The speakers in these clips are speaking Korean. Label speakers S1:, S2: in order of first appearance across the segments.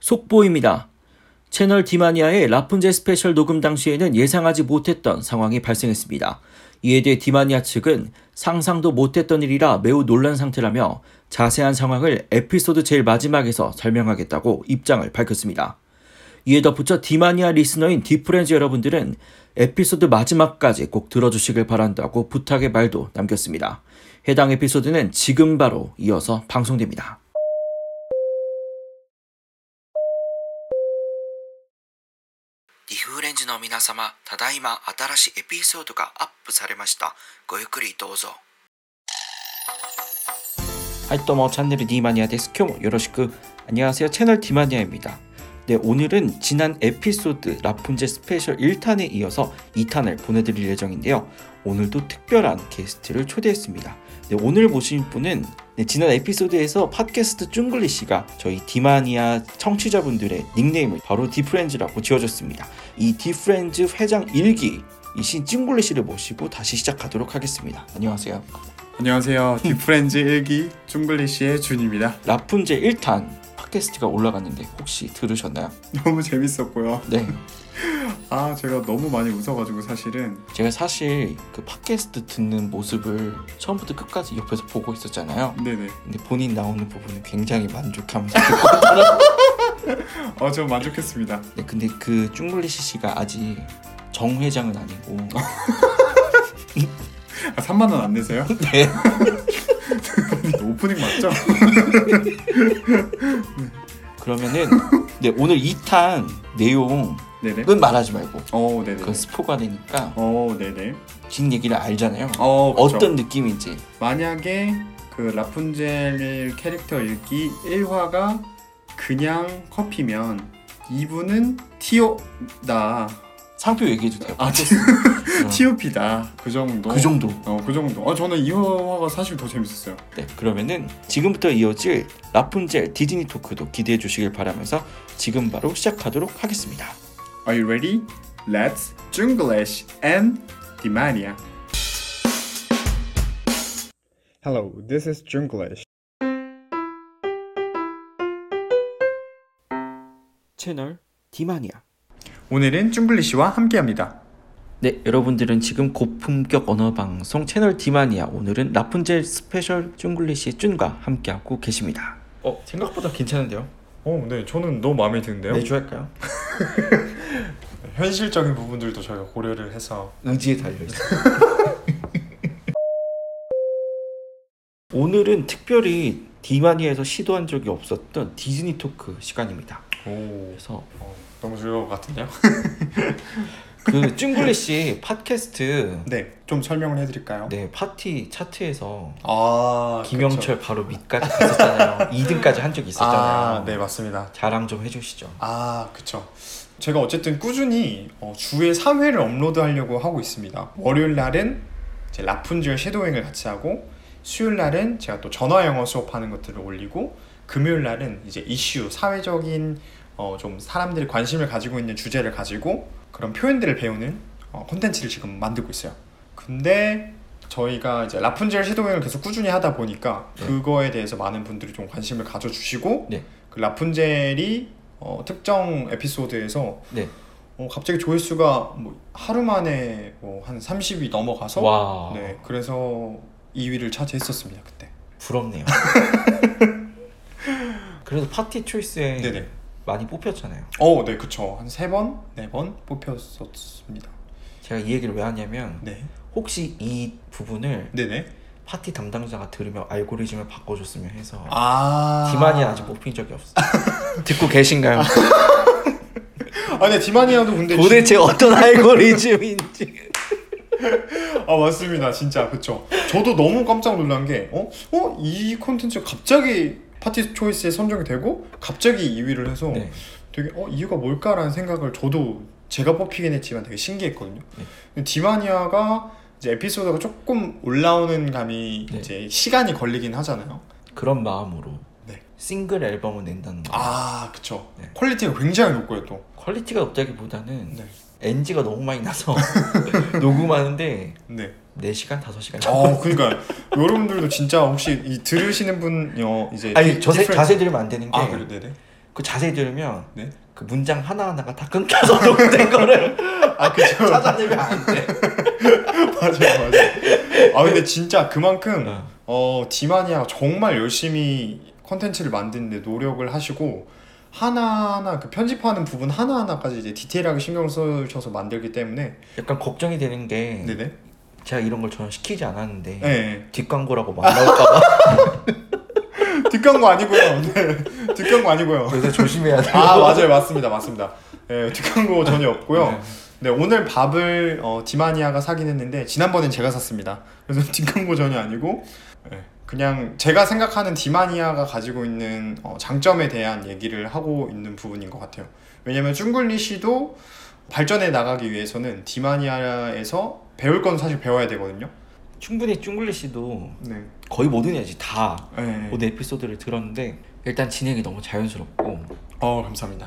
S1: 속보입니다. 채널 디마니아의 라푼젤 스페셜 녹음 당시에는 예상하지 못했던 상황이 발생했습니다. 이에 대해 디마니아 측은 상상도 못했던 일이라 매우 놀란 상태라며 자세한 상황을 에피소드 제일 마지막에서 설명하겠다고 입장을 밝혔습니다. 이에 덧붙여 디마니아 리스너인 디프렌즈 여러분들은 에피소드 마지막까지 꼭 들어주시길 바란다고 부탁의 말도 남겼습니다. 해당 에피소드는 지금 바로 이어서 방송됩니다.ニフーレンジの皆様、ただいま新しいエピソードがアップされました。ごゆっくりどうぞ。はい、どうも、チャンネル D マニアです。今日もよろしく。안녕하세요。채널 D 마니아입니다。 네, 오늘은 지난 에피소드 라푼젤 스페셜 1탄에 이어서 2탄을 보내드릴 예정인데요. 오늘도 특별한 게스트를 초대했습니다. 네, 오늘 모신 분은 네, 지난 에피소드에서 팟캐스트 쭝글리 씨가 저희 디마니아 청취자분들의 닉네임을 바로 디프렌즈라고 지어줬습니다. 이 디프렌즈 회장 일기 이신 쭝글리 씨를 모시고 다시 시작하도록 하겠습니다. 안녕하세요.
S2: 안녕하세요. 디프렌즈 일기 쭝글리시의 준입니다.
S1: 라푼젤 1탄 팟캐스트가 올라갔는데 혹시 들으셨나요?
S2: 너무 재밌었고요.
S1: 네.
S2: 아 제가 너무 많이 웃어가지고 사실은
S1: 제가 사실 그 팟캐스트 듣는 모습을 처음부터 끝까지 옆에서 보고 있었잖아요.
S2: 네네.
S1: 근데 본인 나오는 부분은 굉장히 만족하면서
S2: 아, 어저 만족했습니다.
S1: 네, 근데 그 쭝글리시 씨가 아직 정 회장은 아니고
S2: 아 3만 원 안 내세요?
S1: 네.
S2: 오프닝 맞죠?
S1: 그러면은 네, 오늘 2탄 내용은
S2: 네네.
S1: 말하지 말고
S2: 어 네네.
S1: 그건 스포가 되니까
S2: 어 네네.
S1: 뒷 얘기를 알잖아요.
S2: 어 그쵸.
S1: 어떤 느낌인지
S2: 만약에 그 라푼젤 캐릭터 읽기 1화가 그냥 커피면 2부는 티오다
S1: 상표 얘기해도 돼요.
S2: 아,
S1: 어,
S2: 티오피다 그 정도
S1: 그 정도.
S2: 어그 정도 아 저는 2화가 사실 더 재밌었어요
S1: 네, 그러면은 지금부터 이어질 라푼젤 디즈니 토크도 기대해 주시길 바라면서 지금 바로 시작하도록 하겠습니다.
S2: Are you ready? Let's Junglish and Dimania. Hello, this is Junglish.
S1: 채널 디마니아.
S2: 오늘은 쭝글리시와 함께합니다.
S1: 네, 여러분들은 지금 고품격 언어 방송 채널 디마니아 오늘은 라푼젤 스페셜 쭝글리시의 쭌과 함께하고 계십니다. 어, 생각보다 괜찮은데요?
S2: 어, 네, 저는 너무 마음에 드는데요.
S1: 매주 할까요?
S2: 현실적인 부분들도 저희가 고려를 해서
S1: 의지에 달려 있어. 오늘은 특별히 디마니아에서 시도한 적이 없었던 디즈니 토크 시간입니다.
S2: 오,
S1: 그래서
S2: 어, 너무 즐거울 것 같은데요?
S1: 그 쭝글리시 팟캐스트
S2: 네, 좀 설명을 해드릴까요?
S1: 네 파티 차트에서
S2: 아,
S1: 김영철 바로 밑까지 갔었잖아요. 2등까지 한 적이
S2: 그쵸. 아,
S1: 있었잖아요.
S2: 네, 맞습니다.
S1: 자랑 좀 해주시죠.
S2: 아, 그쵸. 제가 어쨌든 꾸준히 어, 주에 3회를 업로드 하려고 하고 있습니다. 월요일 날은 이제 라푼젤 섀도잉을 같이 하고 수요일 날은 제가 또 전화 영어 수업하는 것들을 올리고 금요일 날은 이제 이슈, 사회적인 어, 좀 사람들이 관심을 가지고 있는 주제를 가지고 그런 표현들을 배우는 어, 콘텐츠를 지금 만들고 있어요. 근데 저희가 이제 라푼젤 섀도잉을 계속 꾸준히 하다 보니까
S1: 네.
S2: 그거에 대해서 많은 분들이 좀 관심을 가져주시고
S1: 네.
S2: 그 라푼젤이 어, 특정 에피소드에서
S1: 네.
S2: 어, 갑자기 조회수가 뭐 하루 만에 뭐 한 30위 넘어가서
S1: 와
S2: 네 그래서 2위를 차지했었습니다 그때
S1: 부럽네요. 그래도 파티 초이스에
S2: 네네
S1: 많이 뽑혔잖아요.
S2: 어네 그쵸 한 세 번 네 번 뽑혔었습니다
S1: 제가 이 얘기를 왜 하냐면
S2: 네
S1: 혹시 이 부분을
S2: 네네
S1: 파티 담당자가 들으면 알고리즘을 바꿔줬으면 해서
S2: 아
S1: 디만이 뭐 아직 뽑힌 적이 없어요. 듣고 계신가요?
S2: 아 근데 디마니아도 근데
S1: 도대체 어떤 알고리즘인지.
S2: 아 맞습니다 진짜 그쵸 저도 너무 깜짝 놀란 게어어이 콘텐츠 갑자기 파티 초이스에 선정이 되고 갑자기 2위를 해서
S1: 네.
S2: 되게 어 이유가 뭘까라는 생각을 저도 제가 뽑히긴 했지만 되게 신기했거든요.
S1: 네.
S2: 근데 디마니아가 이제 에피소드가 조금 올라오는 감이
S1: 네.
S2: 이제 시간이 걸리긴 하잖아요.
S1: 그런 마음으로
S2: 네.
S1: 싱글 앨범을 낸다는 거.
S2: 아 그쵸.
S1: 네.
S2: 퀄리티가 굉장히 높고요 또.
S1: 퀄리티가 높다기보다는
S2: 네.
S1: NG가 너무 많이 나서 녹음하는데
S2: 네.
S1: 4시간, 5시간.
S2: 아 그러니까 여러분들도 진짜 혹시 이 들으시는 분요 이제
S1: 아니,
S2: 디-
S1: 저세,
S2: 디프렌스-
S1: 자세 들으면 안 되는 게
S2: 아 그래 네네.
S1: 그 자세히 들으면
S2: 네.
S1: 그 문장 하나하나가 다 끊겨서 녹음된 거를
S2: 아 그죠.
S1: 찾아내면 안 돼.
S2: 맞아요, 맞아요. 아 근데 진짜 그만큼
S1: 어.
S2: 어 디마니아 정말 열심히 컨텐츠를 만드는데 노력을 하시고 하나하나 그 편집하는 부분 하나하나까지 이제 디테일하게 신경 쓰셔서 만들기 때문에
S1: 약간 걱정이 되는 게
S2: 네네.
S1: 제가 이런 걸 전혀 시키지 않았는데
S2: 네.
S1: 뒷광고라고 막 나올까봐
S2: 뒷광고 아니고요. 네. 뒷광고 아니고요.
S1: 그래서 조심해야 돼.
S2: 아 맞아요, 맞습니다, 맞습니다. 네, 뒷광고 전혀 없고요. 네 오늘 밥을 어, 디마니아가 사긴 했는데 지난번엔 제가 샀습니다. 그래서 뒷광고 전혀 아니고 네, 그냥 제가 생각하는 디마니아가 가지고 있는 어, 장점에 대한 얘기를 하고 있는 부분인 것 같아요. 왜냐면 쭝글리시도 발전해 나가기 위해서는 디마니아에서 배울 건 사실 배워야 되거든요.
S1: 충분히 쭝글리 씨도
S2: 네.
S1: 거의 모든 애지 다
S2: 네.
S1: 모든 에피소드를 들었는데 일단 진행이 너무 자연스럽고
S2: 어 감사합니다.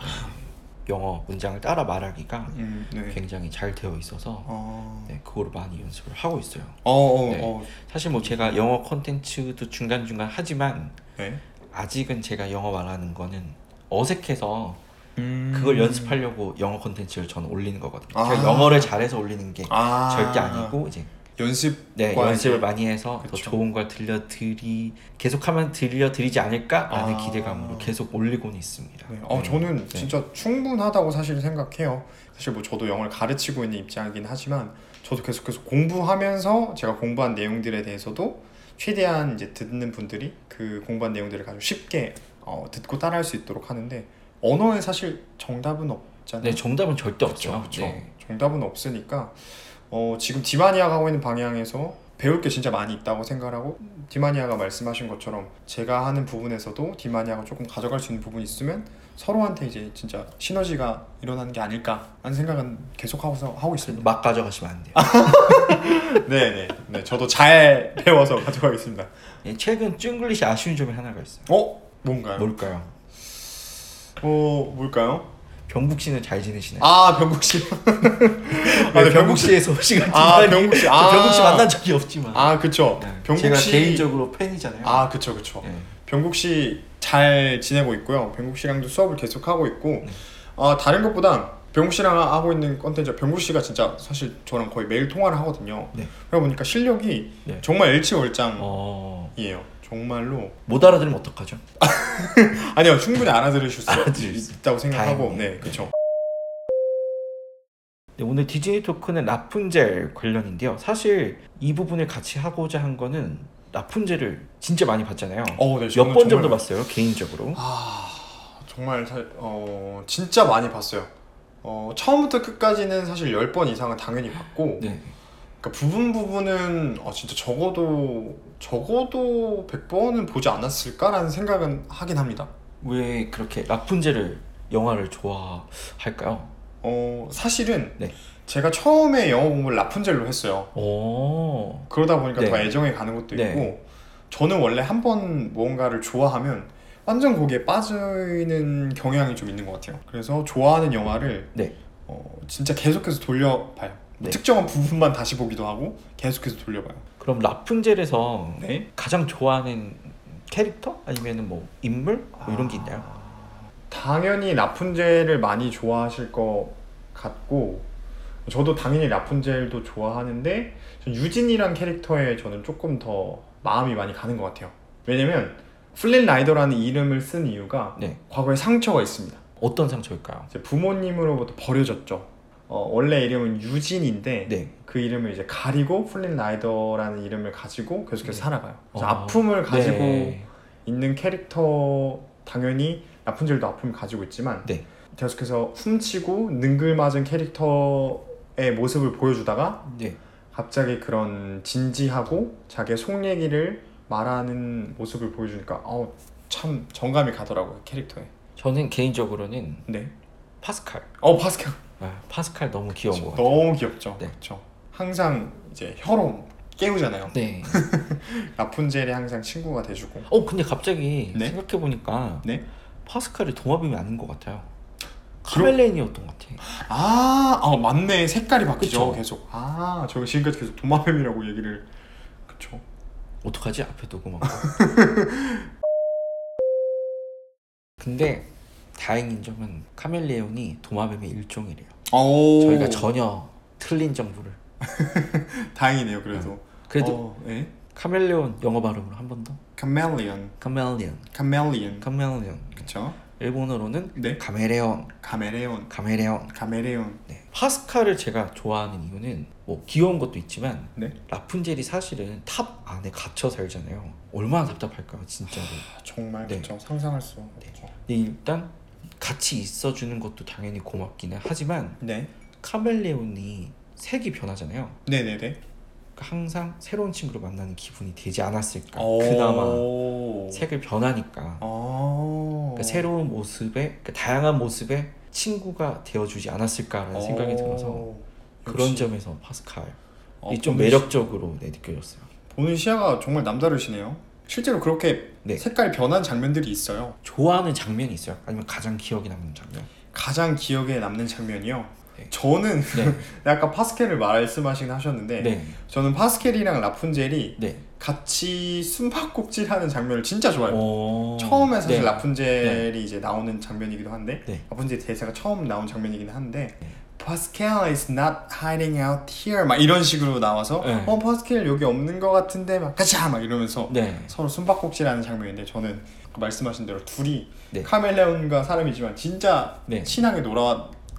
S1: 영어 문장을 따라 말하기가
S2: 음, 네.
S1: 굉장히 잘 되어 있어서
S2: 어.
S1: 네, 그거를 많이 연습을 하고 있어요.
S2: 어, 어,
S1: 네.
S2: 어.
S1: 사실 뭐 제가 영어 콘텐츠도 중간중간 하지만
S2: 네.
S1: 아직은 제가 영어 말하는 거는 어색해서
S2: 음.
S1: 그걸 연습하려고 영어 콘텐츠를 저는 올리는 거거든요.
S2: 아.
S1: 제가 영어를 잘해서 올리는 게
S2: 아.
S1: 절대 아니고 이제
S2: 연습
S1: 네, 연습을 많이 해서 더
S2: 그쵸.
S1: 좋은 걸 들려드리 계속하면 들려드리지 않을까라는
S2: 아.
S1: 기대감으로 계속 올리고는 있습니다.
S2: 네. 어,
S1: 네.
S2: 저는
S1: 네.
S2: 진짜 충분하다고 사실 생각해요. 사실 뭐 저도 영어를 가르치고 있는 입장이긴 하지만 저도 계속해서 공부하면서 제가 공부한 내용들에 대해서도 최대한 이제 듣는 분들이 그 공부한 내용들을 가지고 쉽게 어, 듣고 따라할 수 있도록 하는데 언어에 사실 정답은 없잖아요.
S1: 네, 정답은 절대 없죠.
S2: 그렇죠. 그렇죠.
S1: 네.
S2: 정답은 없으니까 어, 지금 디마니아가 하고 있는 방향에서 배울 게 진짜 많이 있다고 생각하고 디마니아가 말씀하신 것처럼 제가 하는 부분에서도 디마니아가 조금 가져갈 수 있는 부분이 있으면 서로한테 이제 진짜 시너지가 일어나는 게 아닐까 하는 생각은 계속 하고서 하고 있습니다.
S1: 막 가져가시면 안 돼요.
S2: 아. 네네. 네, 저도 잘 배워서 가져가겠습니다.
S1: 네, 최근 쭝글리시 아쉬운 점이 하나가 있어요.
S2: 어? 뭔가요?
S1: 뭘까요?
S2: 어 뭘까요?
S1: 병국 씨는 잘 지내시나요?
S2: 아 병국 씨.
S1: 왜
S2: 네,
S1: 병국 씨의 소식을
S2: 아,
S1: 듣다니.
S2: 병국 씨. 아.
S1: 병국 씨 만난 적이 없지만
S2: 아 그쵸.
S1: 네,
S2: 병국
S1: 제가
S2: 씨.
S1: 개인적으로 팬이잖아요.
S2: 아 그쵸 그쵸.
S1: 네.
S2: 병국 씨 잘 지내고 있고요. 병국 씨랑도 수업을 계속 하고 있고, 아 다른 것보다 병국 씨랑 하고 있는 컨텐츠, 병국 씨가 진짜 사실 저랑 거의 매일 통화를 하거든요.
S1: 네.
S2: 그러다 보니까 실력이
S1: 네.
S2: 정말 일치월장이에요.
S1: 어,
S2: 정말로
S1: 못 알아들으면 어떡하죠?
S2: 아니요 충분히 알아들으실 수
S1: 알아들을 수
S2: 있다고 생각하고,
S1: 다행이에요.
S2: 네 그렇죠.
S1: 네, 오늘 디즈니 토크는 라푼젤 관련인데요. 사실 이 부분을 같이 하고자 한 거는 라푼젤을 진짜 많이 봤잖아요.
S2: 어, 네,
S1: 몇
S2: 저는
S1: 번 정도
S2: 정말-
S1: 봤어요, 개인적으로.
S2: 아 정말 살, 어 진짜 많이 봤어요. 어 처음부터 끝까지는 사실 10번 이상은 당연히 봤고
S1: 네.
S2: 그러니까 부분 부분은 어, 진짜 적어도 적어도 100번은 보지 않았을까라는 생각은 하긴 합니다.
S1: 왜 그렇게 라푼젤을 영화를 좋아할까요?
S2: 어, 사실은
S1: 네.
S2: 제가 처음에 영어 공부를 라푼젤로 했어요.
S1: 오.
S2: 그러다 보니까
S1: 네.
S2: 더 애정이 가는 것도
S1: 네.
S2: 있고 저는 원래 한 번 무언가를 좋아하면 완전 거기에 빠지는 경향이 좀 있는 것 같아요. 그래서 좋아하는 영화를
S1: 네.
S2: 어, 진짜 계속해서 돌려봐요.
S1: 네.
S2: 특정한 부분만 다시 보기도 하고 계속해서 돌려봐요.
S1: 그럼 라푼젤에서
S2: 네.
S1: 가장 좋아하는 캐릭터 아니면은 뭐 인물 뭐 이런 게
S2: 아.
S1: 있나요?
S2: 당연히 라푼젤을 많이 좋아하실 것 같고 저도 당연히 라푼젤도 좋아하는데 전 유진이란 캐릭터에 저는 조금 더 마음이 많이 가는 것 같아요. 왜냐면 플린 라이더라는 이름을 쓴 이유가
S1: 네.
S2: 과거에 상처가 있습니다.
S1: 어떤 상처일까요?
S2: 이제 부모님으로부터 버려졌죠. 어, 원래 이름은 유진인데
S1: 네.
S2: 그 이름을 이제 가리고 플린 라이더라는 이름을 가지고 계속해서
S1: 네.
S2: 살아가요. 그래서
S1: 어.
S2: 아픔을 가지고
S1: 네.
S2: 있는 캐릭터 당연히 라푼젤도 아픔을 가지고 있지만
S1: 네.
S2: 계속해서 훔치고 능글맞은 캐릭터의 모습을 보여주다가
S1: 네.
S2: 갑자기 그런 진지하고 자기의 속 얘기를 말하는 모습을 보여주니까 어우 참 정감이 가더라고요 캐릭터에
S1: 저는 개인적으로는
S2: 네.
S1: 파스칼.
S2: 어 파스칼
S1: 아, 파스칼 너무 귀여운 것 같아요.
S2: 너무 귀엽죠
S1: 네.
S2: 그렇죠 항상 이제 혀로 깨우잖아요
S1: 네.
S2: 라푼젤이 항상 친구가 돼주고
S1: 어 근데 갑자기
S2: 네?
S1: 생각해 보니까
S2: 네.
S1: 파스칼이 동화뱀이 아닌 것 같아요. 카멜레인이었던 것 같아.
S2: 아, 아 맞네. 색깔이 바뀌죠.
S1: 그쵸.
S2: 계속. 아, 저희 지금까지 계속 도마뱀이라고 얘기를. 그쵸.
S1: 어떡하지 앞에 두고 막. 근데 다행인 점은 카멜레온이 도마뱀의 일종이래요.
S2: 오.
S1: 저희가 전혀 틀린 정보를.
S2: 다행이네요. 그래도.
S1: 아, 그래도
S2: 어, 예.
S1: 카멜레온 영어 발음으로 한 번 더.
S2: 카멜리언.
S1: 카멜레온,
S2: 카멜리언.
S1: 카멜레온.
S2: 그렇죠?
S1: 일본어로는
S2: 네.
S1: 카멜레온,
S2: 카멜레온.
S1: 카멜레온.
S2: 카멜레온.
S1: 네. 파스칼을 제가 좋아하는 이유는 뭐 귀여운 것도 있지만
S2: 네.
S1: 라푼젤이 사실은 탑 안에 갇혀 살잖아요. 얼마나 답답할까요, 진짜로.
S2: 아, 정말
S1: 네.
S2: 그렇죠. 상상할 수 없죠.
S1: 근데 일단 같이 있어주는 것도 당연히 고맙기는 하지만
S2: 네.
S1: 카멜레온이 색이 변하잖아요.
S2: 네, 네, 네.
S1: 그러니까 항상 새로운 친구를 만나는 기분이 되지 않았을까.
S2: 오.
S1: 아,
S2: 아.
S1: 그나마 색을 변하니까
S2: 어.
S1: 그러니까 새로운 모습에 그러니까 다양한 모습에 친구가 되어주지 않았을까라는 생각이
S2: 어.
S1: 들어서 그런
S2: 역시.
S1: 점에서 파스칼
S2: 어,
S1: 이 좀
S2: 보는
S1: 매력적으로 네, 느껴졌어요.
S2: 시- 보는 시야가 정말 남다르시네요. 실제로 그렇게
S1: 네.
S2: 색깔이 변한 장면들이 있어요.
S1: 좋아하는 장면이 있어요? 아니면 가장 기억에 남는 장면?
S2: 가장 기억에 남는 장면이요.
S1: 네.
S2: 저는
S1: 네,
S2: 약간 파스켈을 말씀하시긴 하셨는데
S1: 네,
S2: 저는 파스켈이랑 라푼젤이
S1: 네.
S2: 같이 숨바꼭질하는 장면을 진짜 좋아해요.
S1: 어...
S2: 처음에 사실
S1: 네.
S2: 라푼젤이 이제 나오는 장면이기도 한데
S1: 네.
S2: 라푼젤 대사가 처음 나온 장면이긴 한데
S1: 네.
S2: 파스켈 is not hiding out here 막 이런 식으로 나와서
S1: 네.
S2: 어 파스켈 여기 없는 것 같은데 막 가자 막 이러면서
S1: 네,
S2: 서로 숨바꼭질하는 장면인데 저는 그 말씀하신 대로 둘이
S1: 네.
S2: 카멜레온과 사람이지만 진짜
S1: 네.
S2: 친하게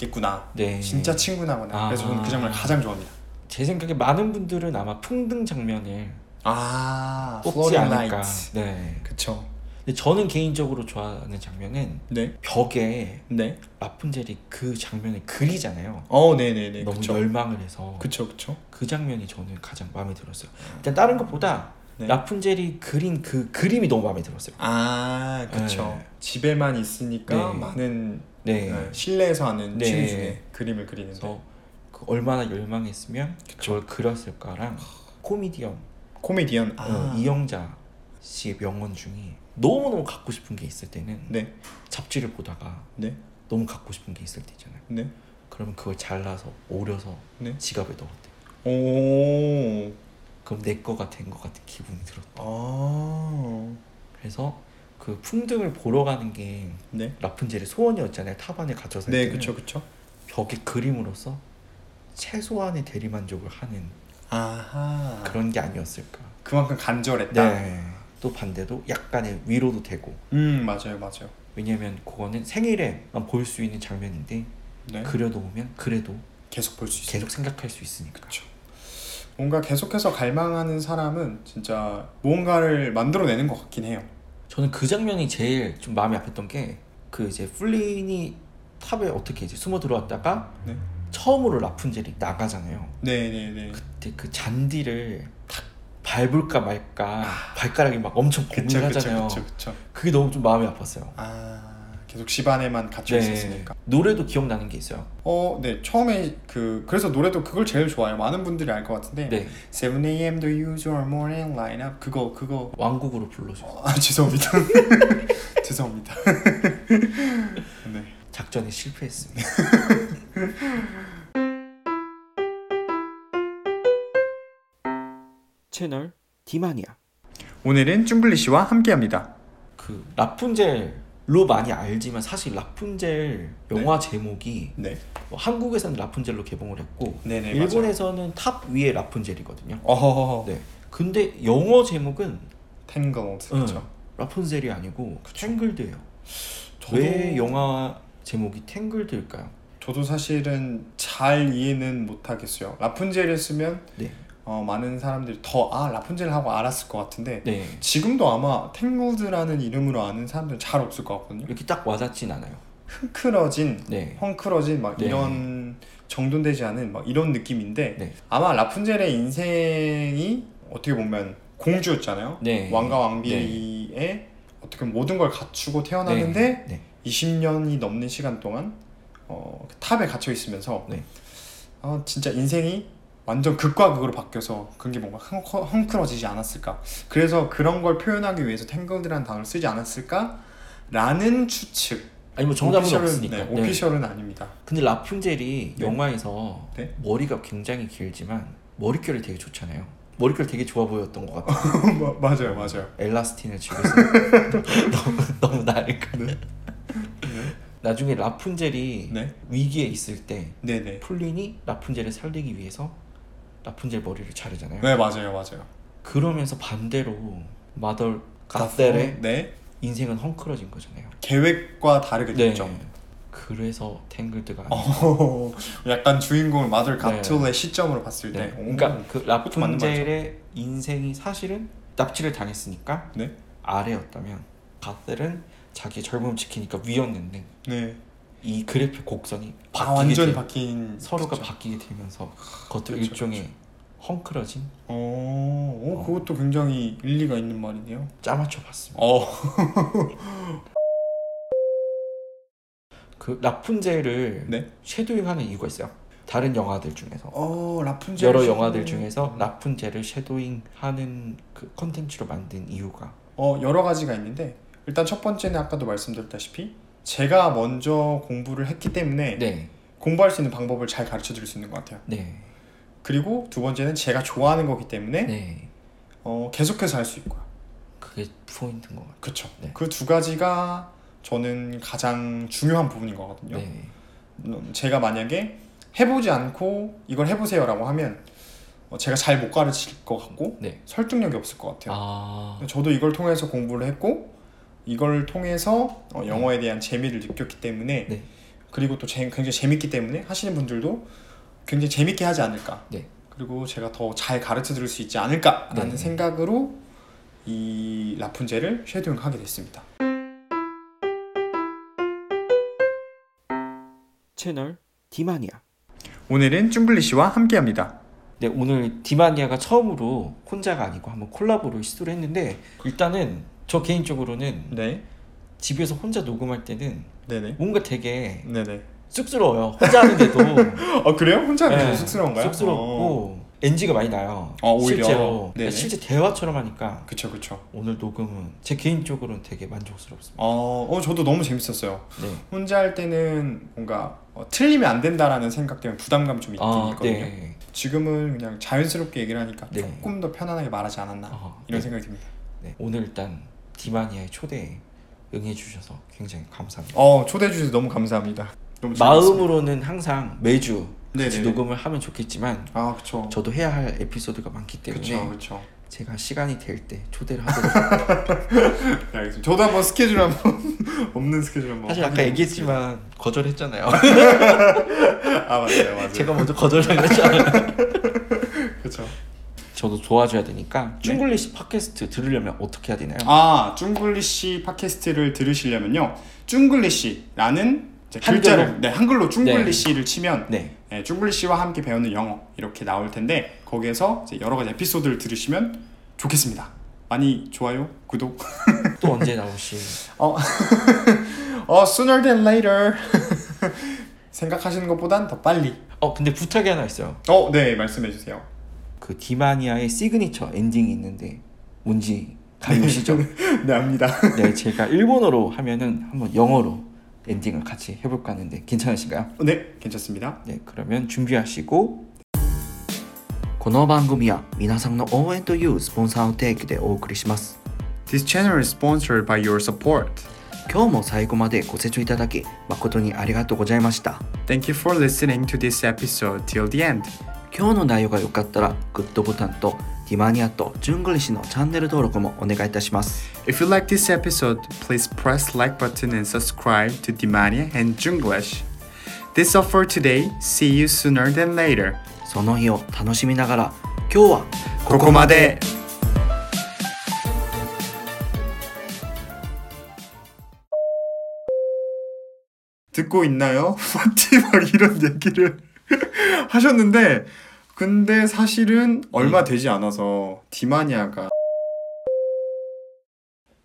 S2: 놀았겠구나
S1: 네.
S2: 진짜 친구나구나
S1: 아.
S2: 그래서 저는 그 장면을 가장 좋아합니다
S1: 제 생각에 많은 분들은 아마 풍등 장면을
S2: 아
S1: 뽑지
S2: Floating
S1: 않을까.
S2: Lights.
S1: 네.
S2: 그쵸
S1: 근데 저는 개인적으로 좋아하는 장면은
S2: 네
S1: 벽에
S2: 네.
S1: 라푼젤이 그 장면을 그리잖아요.
S2: 어, 네네네.
S1: 너무
S2: 그쵸.
S1: 열망을 해서 그,
S2: 그쵸, 그쵸.
S1: 장면이 저는 가장 마음에 들었어요. 일단 다른 것보다
S2: 네.
S1: 라푼젤이 그린 그 그림이 너무 마음에 들었어요.
S2: 아, 그쵸.
S1: 네.
S2: 집에만 있으니까
S1: 네.
S2: 많은
S1: 네.
S2: 네, 실내에서 하는
S1: 네.
S2: 취미 중에 그림을 그리는데
S1: 그래서 그 얼마나 열망했으면 그걸 그렸을까랑 코미디언
S2: 코미디언 네.
S1: 어, 이영자 씨의 명언 중에 너무 너무 갖고 싶은 게 있을 때는
S2: 네,
S1: 잡지를 보다가
S2: 네,
S1: 너무 갖고 싶은 게 있을 때 있잖아요.
S2: 네,
S1: 그러면 그걸 잘라서 오려서
S2: 네.
S1: 지갑에 넣었대.
S2: 오,
S1: 그럼 내 거가 된 것 같은 기분이 들었대.
S2: 아,
S1: 그래서 그 풍등을 보러 가는 게
S2: 네,
S1: 라푼젤의 소원이었잖아요. 탑안에 갇혀서
S2: 네, 그쵸, 그쵸.
S1: 벽의 그림으로서 최소한의 대리만족을 하는
S2: 아하.
S1: 그런 게 아니었을까.
S2: 그만큼 간절했다.
S1: 네. 또 반대로 약간의 위로도 되고
S2: 음, 맞아요, 맞아요.
S1: 왜냐면 그거는 생일에만 볼 수 있는 장면인데
S2: 네,
S1: 그려놓으면 그래도
S2: 계속 볼 수 있어요.
S1: 계속 생각할 수 있으니까.
S2: 그쵸. 뭔가 계속해서 갈망하는 사람은 진짜 무언가를 만들어내는 것 같긴 해요.
S1: 저는 그 장면이 제일 좀 마음이 아팠던 게 그 이제 플린이 탑에 어떻게 이제 숨어 들어왔다가
S2: 네.
S1: 처음으로 라푼젤이 나가잖아요.
S2: 네, 네, 네.
S1: 그때 그 잔디를 탁 밟을까 말까 발가락이 막 엄청
S2: 아. 그쵸, 그쵸,
S1: 고민하잖아요.
S2: 그쵸, 그쵸.
S1: 그게 너무 좀 마음이 아팠어요. 네.
S2: 아 계속 집 안에만 갇혀 있었으니까.
S1: 노래도 기억나는 게 있어요.
S2: 어, 네 처음에 그 그래서 노래도 그걸 제일 좋아해요. 많은 분들이 알 것 같은데.
S1: 네,
S2: 7 a.m. the usual morning lineup 그거 그거
S1: 왕국으로 불러줘요.
S2: 아 죄송합니다. 죄송합니다. 네.
S1: 작전에 실패했습니다. 채널 디마니아
S2: 오늘은 쭝블리 씨와 함께합니다.
S1: 그 라푼젤로 많이 알지만 사실 라푼젤 영화 제목이
S2: 네.
S1: 뭐 한국에서는 라푼젤로 개봉을 했고
S2: 네네
S1: 일본에서는 탑 위에 라푼젤이거든요.
S2: 맞아요. 어허허.
S1: 네. 근데 영어 제목은
S2: Tangled 그렇죠.
S1: 라푼젤이 아니고 탱글드예요.
S2: 저도
S1: 왜 영화 제목이 탱글드일까요?
S2: 저도 사실은 잘 이해는 못하겠어요. 라푼젤을 쓰면
S1: 네.
S2: 어, 많은 사람들이 더 아 라푼젤 하고 알았을 것 같은데
S1: 네.
S2: 지금도 아마 탱글드라는 이름으로 아는 사람들은 잘 없을 것 같거든요.
S1: 이렇게 딱 와닿진 않아요.
S2: 흥크러진,
S1: 네.
S2: 헝클어진 막
S1: 네.
S2: 이런 정돈되지 않은 막 이런 느낌인데
S1: 네.
S2: 아마 라푼젤의 인생이 어떻게 보면 공주였잖아요.
S1: 네.
S2: 왕과 왕비의 어떻게 보면 모든 걸 갖추고 태어났는데
S1: 네. 네.
S2: 20년이 넘는 시간 동안 어, 그 탑에 갇혀 있으면서
S1: 네.
S2: 아, 진짜 인생이 완전 극과 극으로 바뀌어서 그런 게 뭔가 헝- 헝클어지지 않았을까 그래서 그런 걸 표현하기 위해서 탱글드라는 단어를 쓰지 않았을까 라는 추측
S1: 아니 뭐 정답은
S2: 오피셜은,
S1: 없으니까.
S2: 네,
S1: 네.
S2: 오피셜은 아닙니다
S1: 근데 라푼젤이
S2: 네.
S1: 영화에서
S2: 네.
S1: 머리가 굉장히 길지만 머릿결이 되게 좋잖아요. 머릿결 되게 좋아 보였던 것 같아요.
S2: 마- 뭐, 맞아요 맞아요
S1: 엘라스틴을 즐겨서 너무 너무 나니까. 나중에 라푼젤이
S2: 네.
S1: 위기에 있을 때
S2: 네네.
S1: 풀린이 라푼젤을 살리기 위해서 라푼젤 머리를 자르잖아요.
S2: 네 맞아요 맞아요.
S1: 그러면서 반대로 마더 가셀의
S2: 네
S1: 인생은 헝클어진 거잖아요.
S2: 계획과 다르게
S1: 네.
S2: 됐죠.
S1: 그래서 탱글드가 아니에요.
S2: 어, 약간 주인공을 마들
S1: 네.
S2: 가툴의 시점으로 봤을 때.
S1: 네.
S2: 오.
S1: 그러니까 그
S2: 그것도 맞는
S1: 라푼젤의 인생이 사실은 납치를 당했으니까
S2: 네.
S1: 아래였다면 가셀은 자기 젊음을 지키니까 위였는데
S2: 네.
S1: 이 그래프 곡선이
S2: 아,
S1: 바뀌게
S2: 완전히
S1: 되-
S2: 바뀐
S1: 서로가
S2: 그쵸.
S1: 바뀌게 되면서
S2: 그쵸,
S1: 그것도 일종의
S2: 그렇죠.
S1: 헝클어진
S2: 어, 어, 그것도 굉장히 일리가 있는 말이네요.
S1: 짜맞춰 봤습니다.
S2: 어,
S1: 그 라푼젤을
S2: 네.
S1: 쉐도잉하는 이유가 있어요. 다른 영화들 중에서
S2: 어, 라푼젤 음.
S1: 여러
S2: 시즌.
S1: 영화들 중에서 라푼젤을 쉐도잉하는 그 컨텐츠로 만든 이유가
S2: 어, 여러 가지가 있는데 일단 첫 번째는 아까도 말씀드렸다시피 제가 먼저 공부를 했기 때문에
S1: 네,
S2: 공부할 수 있는 방법을 잘 가르쳐 드릴 수 있는 것 같아요.
S1: 네,
S2: 그리고 두 번째는 제가 좋아하는 거기 때문에
S1: 네,
S2: 어, 계속해서 할 수 있고요.
S1: 그게 포인트인 것 같아요.
S2: 그쵸.
S1: 네.
S2: 그 두 가지가 저는 가장 중요한 부분인 거거든요.
S1: 네,
S2: 음, 제가 만약에 해보지 않고 이걸 해보세요라고 하면 어, 제가 잘 못 가르칠 것 같고
S1: 네.
S2: 설득력이 없을 것 같아요.
S1: 아,
S2: 저도 이걸 통해서 공부를 했고 이걸 통해서 어, 영어에 대한 재미를 느꼈기 때문에
S1: 네.
S2: 그리고 또 재- 굉장히 재밌기 때문에 하시는 분들도 굉장히 재밌게 하지 않을까
S1: 네.
S2: 그리고 제가 더 잘 가르쳐 드릴 수 있지 않을까라는
S1: 네.
S2: 생각으로 이 라푼젤을 쉐도잉하게 됐습니다
S1: 채널 디마니아.
S2: 오늘은 쭝글리시와 함께합니다
S1: 네, 오늘 디마니아가 처음으로 혼자가 아니고 한번 콜라보로 시도를 했는데 일단은 저 개인적으로는
S2: 네
S1: 집에서 혼자 녹음할 때는
S2: 네네
S1: 뭔가 되게
S2: 네네
S1: 쑥스러워요. 혼자 하는데도
S2: 아 그래요? 혼자 하면
S1: 네,
S2: 쑥스러운가요? 어.
S1: 쑥스럽고 NG가 많이 나요.
S2: 아, 오히려.
S1: 실제로 그러니까
S2: 네네.
S1: 실제 대화처럼 하니까
S2: 어, 그쵸 그쵸
S1: 오늘 녹음은 제 개인적으로는 되게 만족스럽습니다.
S2: 어, 어 저도 너무 재밌었어요
S1: 네.
S2: 혼자 할 때는 뭔가 어, 틀리면 안 된다라는 생각 때문에 부담감 좀 있긴
S1: 아,
S2: 있거든요.
S1: 네.
S2: 지금은 그냥 자연스럽게 얘기를 하니까
S1: 네.
S2: 조금 더 편안하게 말하지 않았나
S1: 아,
S2: 이런
S1: 네.
S2: 생각이 듭니다.
S1: 네. 오늘 일단 디마니아의 초대에 응해 주셔서 굉장히 감사합니다.
S2: 어 초대해 주셔서 너무 감사합니다. 너무 재밌었습니다.
S1: 마음으로는 항상 매주 같이
S2: 네네네.
S1: 녹음을 하면 좋겠지만
S2: 아 그쵸.
S1: 저도 네. 해야 할 에피소드가 많기 때문에
S2: 그쵸 그쵸.
S1: 제가 시간이 될 때 초대를 하도록
S2: 네, 알겠습니다. 저도 한번 스케줄 한번 없는 스케줄 한번.
S1: 사실 아까
S2: 확인해
S1: 얘기했지만 거절했잖아요.
S2: 볼게요. 아 맞아요 맞아요.
S1: 제가 먼저 거절을 했잖아요.
S2: 그쵸.
S1: 저도 도와줘야 되니까 쭝글리시 팟캐스트 들으려면 어떻게 해야 되나요?
S2: 아 쭝글리시 팟캐스트를 들으시려면요 쭝글리시라는 이제
S1: 한글로?
S2: 글자를 네 한글로 쭝글리시를 치면
S1: 네.
S2: 예, 쭈글리 씨와 함께 배우는 영어 이렇게 나올 텐데 거기에서 이제 여러 가지 에피소드를 들으시면 좋겠습니다. 많이 좋아요, 구독.
S1: 또 언제 나오실?
S2: 어, sooner than later. 생각하시는 것보단 더 빨리.
S1: 어 근데 부탁이 하나 있어요.
S2: 어, 네, 말씀해 주세요.
S1: 그 디마니아의 시그니처 엔딩이 있는데 뭔지 가보시죠.
S2: 네, 압니다.
S1: 네, 제가 일본어로 하면은 한번 영어로 엔딩을 같이 해볼까 하는데 괜찮으신가요?
S2: 네, 괜찮습니다.
S1: 네, 그러면 준비하시고 この番組は皆さんの応援というスポンサーの提供でお送りします。
S2: This channel is sponsored by your support.
S1: 今日も最後までご清聴いただき誠にありがとうございました。
S2: Thank you for listening to this episode till the end.
S1: 今日の内容が良かったらグッドボタンとディマニアとジュングリシのチャンネル登録もお願いいたします。
S2: If you like this episode, please press like button and subscribe to Dimania and Junglish. This all for today. See you sooner than later.
S1: その日を楽しみながら今日は
S2: ここまで듣고있나요 파티막 이런 얘기를 하셨는데 근데 사실은 얼마 되지 않아서 디마니아가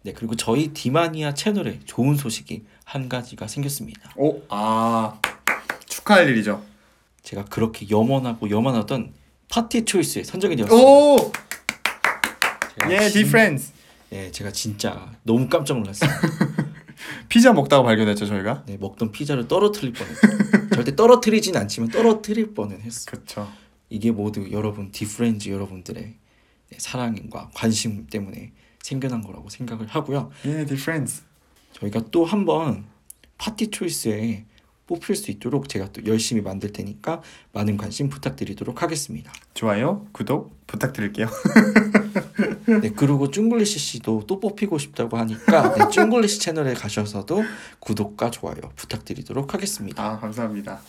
S1: 네, 그리고 저희 디마니아 채널에 좋은 소식이 한 가지가 생겼습니다.
S2: 오, 아 축하할 일이죠.
S1: 제가 그렇게 염원하고 염원하던 파티 초이스에 선정이 되었습니다.
S2: 오,
S1: 제가
S2: 예,
S1: 진-
S2: 디프렌즈.
S1: 네, 제가 진짜 너무 깜짝 놀랐어요.
S2: 피자 먹다가 발견했죠 저희가.
S1: 네, 먹던 피자를 떨어뜨릴 뻔했어요. 절대 떨어뜨리진 않지만 떨어뜨릴 뻔은 했어요.
S2: 그렇죠.
S1: 이게 모두 여러분 디프렌즈 여러분들의 네, 사랑과 관심
S2: 네
S1: 때문에 생겨난 거라고 생각을 하고요.
S2: 예, 디프렌즈.
S1: 저희가 또 한 번 파티 초이스에 뽑힐 수 있도록 제가 또 열심히 만들 테니까 많은 관심 부탁드리도록 하겠습니다.
S2: 좋아요, 구독 부탁드릴게요.
S1: 네, 그리고 쭝글리시 씨도 또 뽑히고 싶다고 하니까 네, 쭝글리시 채널에 가셔서도 구독과 좋아요 부탁드리도록 하겠습니다.
S2: 아, 감사합니다.